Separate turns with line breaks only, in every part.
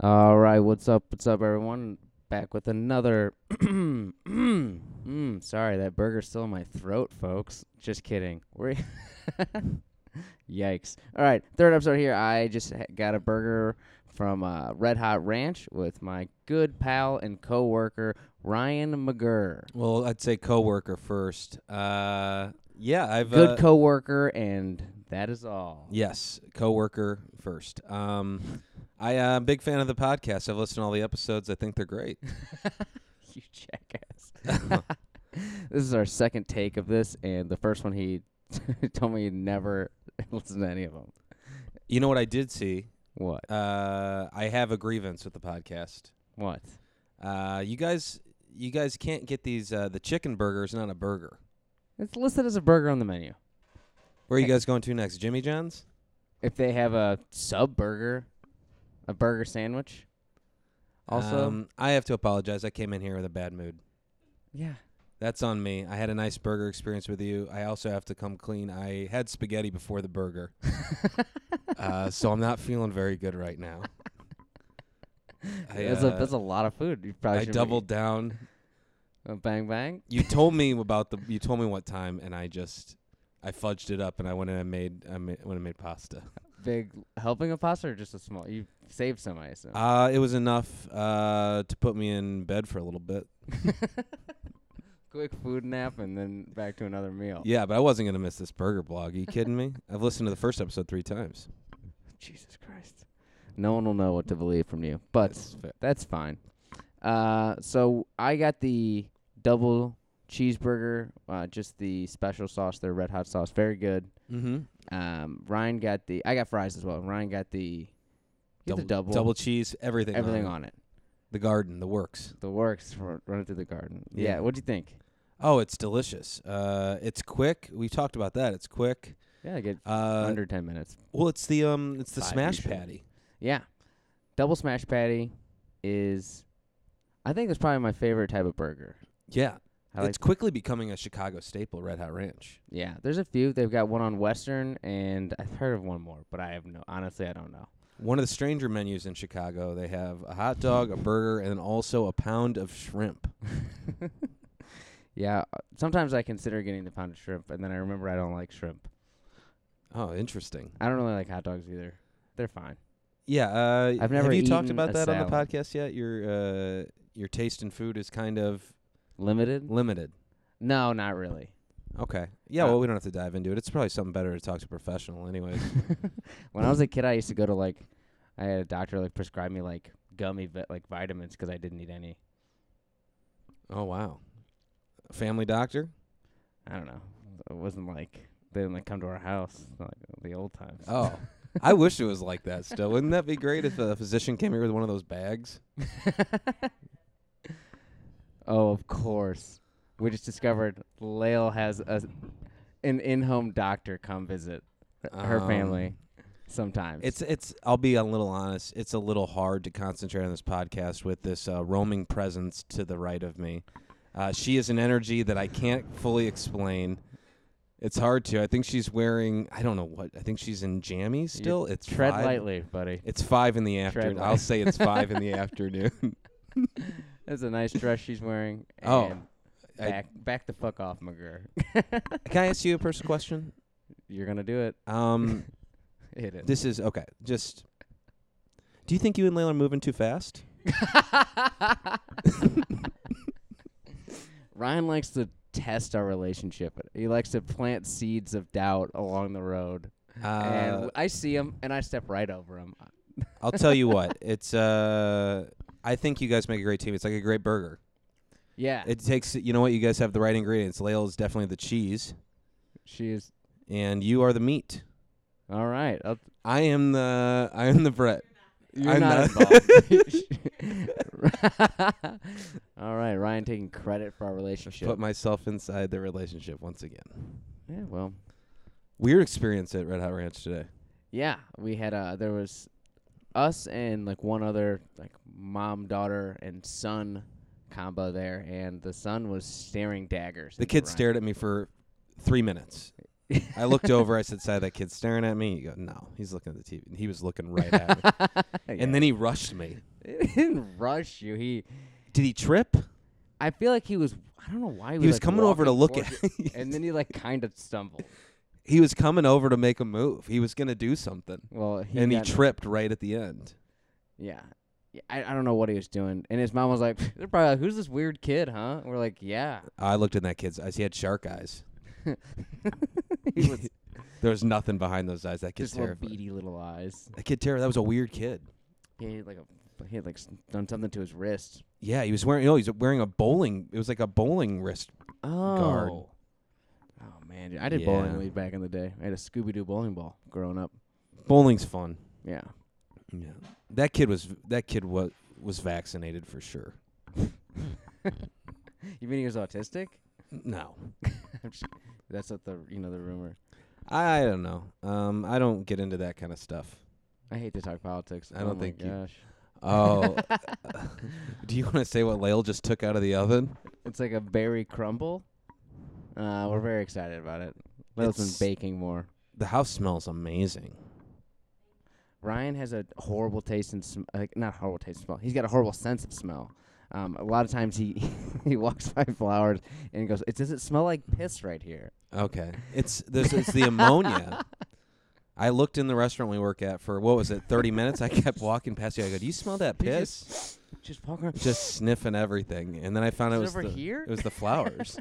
All right, what's up? What's up, everyone? Back with another. mm, sorry, that burger's still in my throat, folks. Just kidding. We're Yikes. All right, third episode here. I just ha- got a burger from uh, Red Hot Ranch with my good pal and coworker Ryan McGurr.
Well, I'd say coworker first. Uh, yeah, I've uh,
Good coworker, and that is all.
yes, coworker first. Um, I uh, am a big fan of the podcast. I've listened to all the episodes. I think they're great.
you jackass. this is our second take of this, and the first one he told me he'd never listen to any of them.
You know what I did see?
What?
Uh, I have a grievance with the podcast.
What?
Uh, you guys, you guys can't get these. Uh, the chicken burger is not a burger.
It's listed as a burger on the menu.
Where are you guys going to next? Jimmy John's?
If they have a sub burger, a burger sandwich. Also,
Um, I have to apologize. I came in here with a bad mood.
yeah.
That's on me. I had a nice burger experience with you. I also have to come clean. I had spaghetti before the burger. uh, so I'm not feeling very good right now. I,
that's, a,
uh,
that's a lot of food. You probably
I
should make-
doubled down.
a bang bang.
You told me about the you told me what time and I just I fudged it up and I went and I made I made, went and made pasta.
Big helping of pasta or just a small? You saved some, I assume.
Uh it was enough uh to put me in bed for a little bit.
Quick food nap and then back to another meal.
Yeah, but I wasn't going to miss this burger blog. Are you kidding me? I've listened to the first episode 3 times.
Jesus Christ. No one will know what to believe from you, but
That's
that's,
fair.
fine. Uh, so I got the double cheeseburger, uh, just the special sauce, their red hot sauce, very good.
Mhm.
Um, Ryan got the, I got fries as well. Ryan got the, he got the double,
double cheese, everything
everything on
on, it.
it.
the garden, the works.
The works for running through the garden.
Yeah.
Yeah. what'd you think?
Oh, it's delicious. Uh, it's quick. We talked about that. It's quick.
Yeah, I get
Uh,
under ten minutes.
well, it's the um, it's the
Five
smash
usually.
patty.
Yeah, double smash patty is, I think it's probably my favorite type of burger.
Yeah,
I like
it's quickly becoming a Chicago staple. Red Hot Ranch.
Yeah, there's a few. They've got one on Western, and I've heard of one more, but I have no. Honestly, I don't know.
One of the stranger menus in Chicago. They have a hot dog, a burger, and then also a pound of shrimp.
Yeah, uh, sometimes I consider getting the pounded shrimp, and then I remember I don't like shrimp.
Oh, interesting.
I don't really like hot dogs either. They're fine.
Yeah, uh,
I've never
have you talked
eaten
about
a
that on the
salad.
podcast yet. Your uh, your taste in food is kind of
Limited?
limited.
No, not really.
Okay. Yeah.
Uh,
well, we don't have to dive into it. It's probably something better to talk to a professional, anyways.
When I was a kid, I used to go to like, I had a doctor like prescribe me like gummy vi- like vitamins because I didn't need any.
oh wow. Family doctor.
I don't know. It wasn't like they didn't like come to our house like the old times.
Oh, I wish it was like that still. Wouldn't that be great if a physician came here with one of those bags?
Oh, of course. We just discovered Lael has a an in-home doctor come visit her
Um,
family sometimes.
It's it's. I'll be a little honest. It's a little hard to concentrate on this podcast with this uh, roaming presence to the right of me. Uh, she is an energy that I can't fully explain. It's hard to. I think she's wearing. I don't know what. I think she's in jammies
You
still. It's
tread
five,
lightly, buddy.
It's five in the afternoon. I'll
light-
say it's five in the afternoon.
That's a nice dress she's wearing.
Oh,
and
I-
back back the fuck off, McGurr.
Can I ask you a personal question?
You're gonna do it.
Um,
Hit it.
This is okay. Just do you think you and Layla are moving too fast?
Ryan likes to test our relationship. He likes to plant seeds of doubt along the road. and
Uh,
w- I see him, and I step right over him.
I'll tell you what. It's uh, I think you guys make a great team. It's like a great burger.
Yeah,
It takes you know what you guys have the right ingredients. Layla is definitely the cheese,
she is
and you are the meat.
all right. I'll-
I am the I am the bread.
You're
I'm
not involved. all right, Ryan taking credit for our relationship.
Put myself inside the relationship once again.
yeah, well,
Weird experience at Red Hot Ranch today.
yeah, we had uh, there was us and like one other like mom, daughter, and son combo there, and the son was staring daggers.
The
into
kid
Ryan.
stared at me for three minutes. I looked over. I said, "Side, that kid's staring at me." You go, "No, he's looking at the TV." And he was looking right at me.
Yeah.
And then he rushed me.
It didn't rush you. He,
Did he trip?
I feel like he was. I don't know why he was.
He was
like,
coming over to
walking
look at.
towards you, and then he like kind of stumbled.
he was coming over to make a move. He was gonna do something,
Well, he
and he
got-
tripped right at the end.
Yeah. Yeah, I, I don't know what he was doing. And his mom was like, they're probably like, who's this weird kid, huh? And we're like, yeah.
I looked in that kid's eyes. He had shark eyes.
he was
There was nothing behind those eyes. That kid's
just little
terrified.
beady little eyes.
That kid terror. That was a weird kid.
He had like a, he had like s- done something to his wrist.
Yeah, he was wearing. No, he's wearing a bowling. It was like a bowling wrist
Oh.
guard.
Oh man, dude. I did bowling
Yeah.
league back in the day. I had a Scooby Doo bowling ball growing up.
Bowling's fun.
Yeah.
Yeah. That kid was. That kid was was vaccinated for sure.
You mean he was autistic?
No,
I'm just- That's what the you know the rumor.
I, I don't know. Um, I don't get into that kind of stuff.
I hate to talk politics.
I don't
oh my
think you-
gosh.
Oh, do you want to say what Lale just took out of the oven?
It's like a berry crumble. Uh, we're very excited about it. Little's been
It's-
baking more.
The house smells amazing.
Ryan has a horrible taste in sm- like not horrible taste in smell. He's got a horrible sense of smell. Um, a lot of times he he walks by flowers and he goes, "It does it smell like piss right here?"
Okay, it's this. It's the ammonia. I looked in the restaurant we work at for what was it, thirty minutes. I kept walking past you. I go, "Do you smell that
You
piss?"
Just walk around.
Just sniffing everything, and then I found
Is
out
it
it was
over
the,
here?
It was the flowers.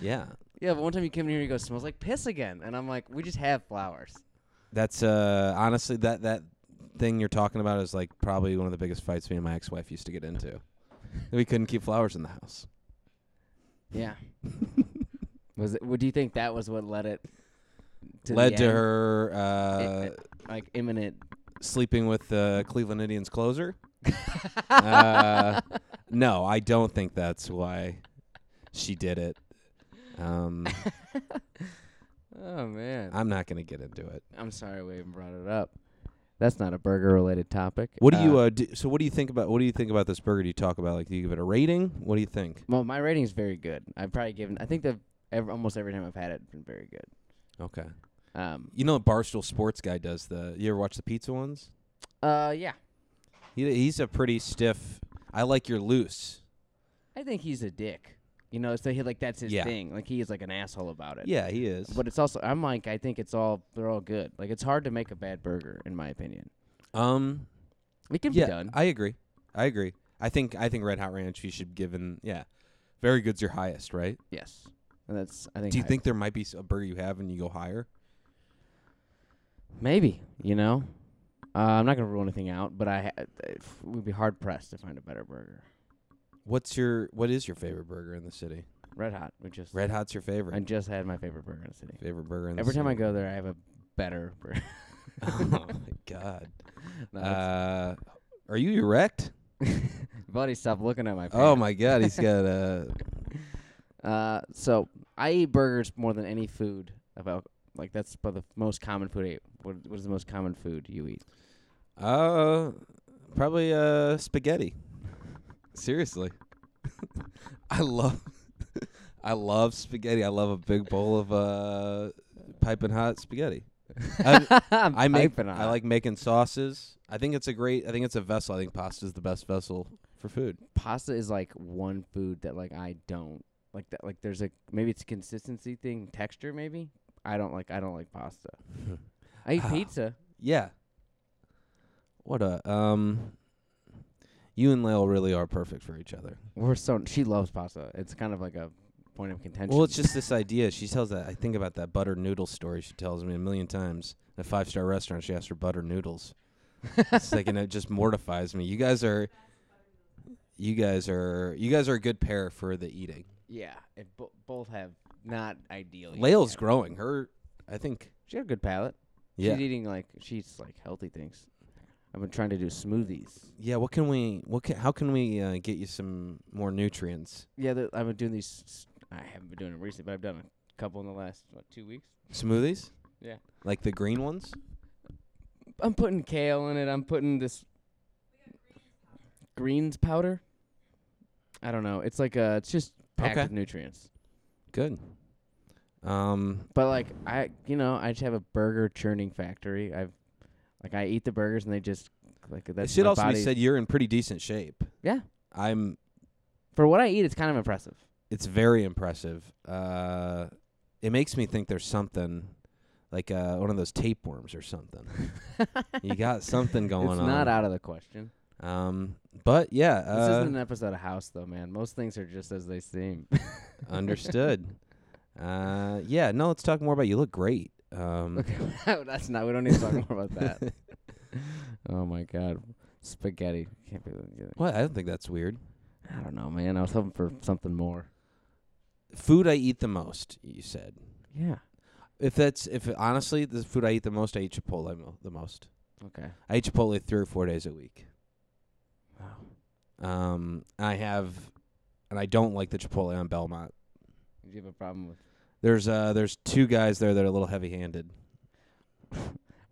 yeah,
Yeah, but one time he came in here and he goes, "Smells like piss again," and I'm like, "We just have flowers."
that's uh honestly that that thing you're talking about is like probably one of the biggest fights me and my ex-wife used to get into. we couldn't keep flowers in the house.
Yeah. was it? Would do you think that was what led it? To the
Led to
end?
her
I-
uh,
I- like imminent.
sleeping with the Cleveland Indians closer. uh, no, I don't think that's why she did it. Um,
Oh man,
I'm not going to get into it.
I'm sorry we even brought it up. That's not a burger-related topic.
What do you uh, do, so? What do you think about what do you think about this burger? Do you talk about like do you give it a rating? What do you think?
Well, my rating is very good. I've probably given. I think the ev almost every time I've had it, it's been very good.
Okay,
Um.
you know Barstool Sports guy does the. You ever watch the pizza ones?
Uh. Yeah.
He he's a pretty stiff. I like your loose.
I think he's a dick. You know, so he like that's his
Yeah.
thing. Like he is like an asshole about it.
Yeah, he is.
But it's also I'm like I think it's all they're all good. Like it's hard to make a bad burger in my opinion.
um,
It can
yeah,
be done.
I agree. I agree. I think I think Red Hot Ranch you should give in. Yeah, very good's your highest, right?
yes. And that's I think.
Do you
I-
think there might be s- a burger you have and you go higher?
maybe you know? Uh, I'm not gonna rule anything out, but I ha- it would be hard pressed to find a better burger.
What's your what is your favorite burger in the city?
Red Hot, we just
Red Hot's your favorite.
I just had my favorite burger in the city.
favorite burger in the
Every time I
city.
go there, I have a better burger.
oh my god.
No, that's-
Uh, are you erect?
Buddy, stop looking at my. Pants.
Oh my god, he's got a
Uh, so I eat burgers more than any food. About like that's about the most common food I eat. What, what is the most common food you eat?
uh probably uh spaghetti. Seriously. I love I love spaghetti. I love a big bowl of uh piping hot spaghetti. I'm- I make
piping
I
hot.
like making sauces. I think it's a great I think it's a vessel. I think pasta is the best vessel for food.
pasta is like one food that like I don't like that like there's a maybe it's a consistency thing, texture maybe. I don't like I don't like pasta. I eat
Ah.
pizza.
Yeah. What a um you and Lale really are perfect for each other.
We're so she loves pasta. It's kind of like a point of contention.
Well, it's just this idea. She tells that I think about that butter noodle story she tells me a million times. At a five star restaurant, she asked for butter noodles. it's like and it just mortifies me. You guys are you guys are you guys are a good pair for the eating.
yeah. It bo- both have not ideal. yet.
Lale's growing. Her I think
She got a good palate.
yeah.
She's eating like she's like healthy things. I've been trying to do smoothies.
Yeah, what can we? What can? How can we uh, get you some more nutrients?
Yeah, the, I've been doing these. s- I haven't been doing them recently, but I've done a couple in the last what two weeks.
Smoothies?
Yeah.
like the green ones.
I'm putting kale in it. I'm putting this greens powder. I don't know. It's like a. It's just packed
Okay.
with nutrients.
Good. Um,
But like I, you know, I just have a burger churning factory. I've like I eat the burgers and they just Like
It
that's
should
my
also be
body's-
said you're in pretty decent shape.
Yeah.
I'm
for what I eat, it's kind of impressive.
it's very impressive. Uh, it makes me think there's something like uh, one of those tapeworms or something. you got something going
it's
on.
not out of the question.
Um, but yeah,
this
uh,
isn't an episode of House, though, man. Most things are just as they seem.
understood. uh, yeah, no, let's talk more about you. Look great. Um,
Okay, that's not. We don't need to talk more about that. oh my god, spaghetti! Can't believe it.
what? I don't think that's weird.
I don't know, man. I was hoping for something more.
Food I eat the most. You said
Yeah.
if that's if honestly the food I eat the most, I eat Chipotle mo- the most.
Okay.
I eat Chipotle three or four days a week.
Wow.
Um, I have, and I don't like the Chipotle on Belmont.
Do you have a problem with?
There's uh, there's two guys there that are a little heavy-handed.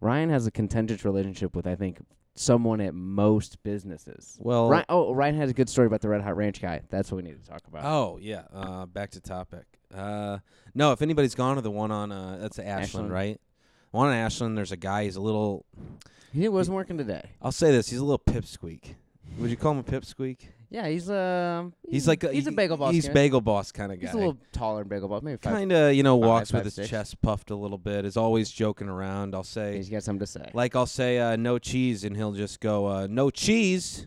Ryan has a contentious relationship with, I think, someone at most businesses.
Well,
Ryan, oh, Ryan has a good story about the Red Hot Ranch guy. That's what we need to talk about.
oh yeah. Uh, back to topic. Uh, no, if anybody's gone to the one on uh, that's Ashland,
Ashland.
right? The one on Ashland, there's a guy. He's a little.
He wasn't working today.
I'll say this. He's a little pipsqueak. Would you call him a pipsqueak?
Yeah, he's um.
He's like a,
he's a
he-
bagel boss.
He's
guy.
bagel boss kind of guy.
He's a little taller than bagel boss. Maybe five.
kind of you know
five,
walks
five,
with his
six.
chest puffed a little bit. Is always joking around. I'll say
He's got something to say.
Like I'll say uh, no cheese, and he'll just go uh, no cheese.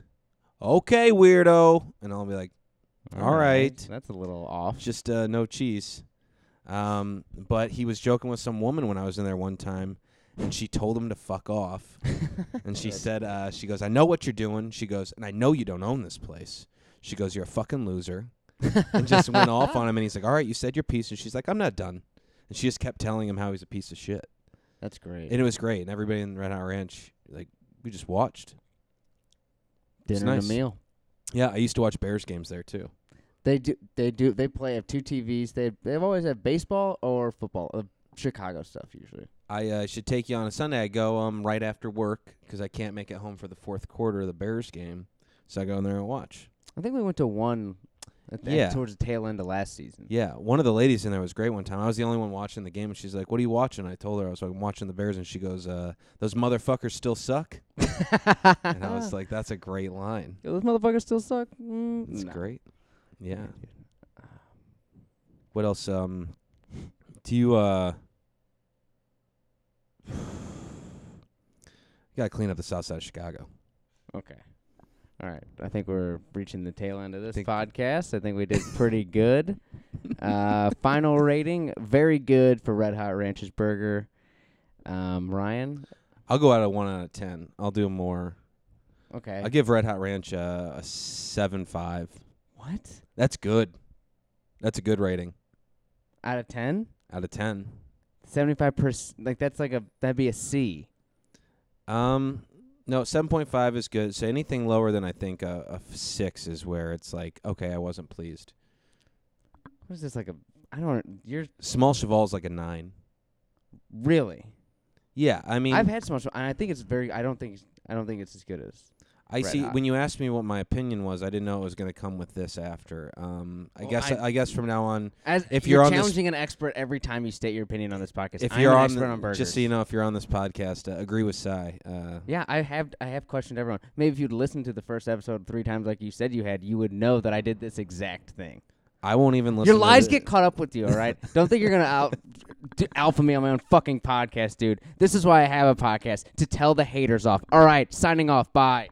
Okay, weirdo, and I'll be like all right.
That's a little off.
just uh, no cheese. Um, but he was joking with some woman when I was in there one time, and she told him to fuck off. and she
That's
said uh, she goes I know what you're doing. She goes and I know you don't own this place. She goes you're a fucking loser, and just went off on him. And he's like all right, you said your piece, and she's like I'm not done. And she just kept telling him how he's a piece of shit.
That's great.
And it was great. And everybody in Red Hot Ranch, like, we just watched.
Dinner
nice.
and a meal.
Yeah, I used to watch Bears games there too.
They do. They do. They play have two TVs. They they've always had baseball or football. Uh, Chicago stuff usually.
I uh, should take you on a Sunday. I go um right after work 'cause I can't make it home for the fourth quarter of the Bears game, so I go in there and watch.
I think we went to one. At the,
Yeah.
Towards the tail end of last season.
Yeah, one of the ladies in there was great one time. I was the only one watching the game, and she's like, "What are you watching?" I told her I was like, "I'm watching the Bears," and she goes, uh, "Those motherfuckers still suck." And I was like, "That's a great line.
Yo, those motherfuckers still suck. Mm,
It's
nah.
great." Yeah. What else? Um, do you uh? gotta clean up the south side of Chicago.
Okay. All right. I think we're reaching the tail end of this
Think-
podcast. I think we did pretty good. Uh, final rating, very good for Red Hot Ranch's Burger. Um, Ryan.
I'll go out at one out of ten. I'll do more.
Okay.
I'll give Red Hot Ranch uh, a seven five.
what?
That's good. That's a good rating
Out of ten?
out of ten.
Seventy-five percent. Like that's like a that'd be a C.
Um, no, seven point five is good. So anything lower than I think a, a f- six is where it's like, okay, I wasn't pleased.
What is this like a? I don't. You're
Small Cheval's like a nine.
really.
Yeah, I mean,
I've had so much, and I think it's very. I don't think. it's- I don't think it's as good as.
I
Red
see.
Hot.
When you asked me what my opinion was, I didn't know it was going to come with this after. Um, I
Well,
guess.
I-
I, guess from now on,
As
If
you're,
you're on this-
challenging an expert every time you state your opinion on this podcast,
if
I'm
you're
an
on,
expert
the-
on burgers.
just so you know, if you're on this podcast, uh, agree with Cy. Uh,
Yeah, I have I have questioned everyone. Maybe if you'd listened to the first episode three times like you said you had, you would know that I did this exact thing.
I won't even listen.
Your
to
lies
the-
get caught up with you, all right? Don't think you're gonna out d- alpha me on my own fucking podcast, dude. This is why I have a podcast to tell the haters off. All right, signing off. Bye.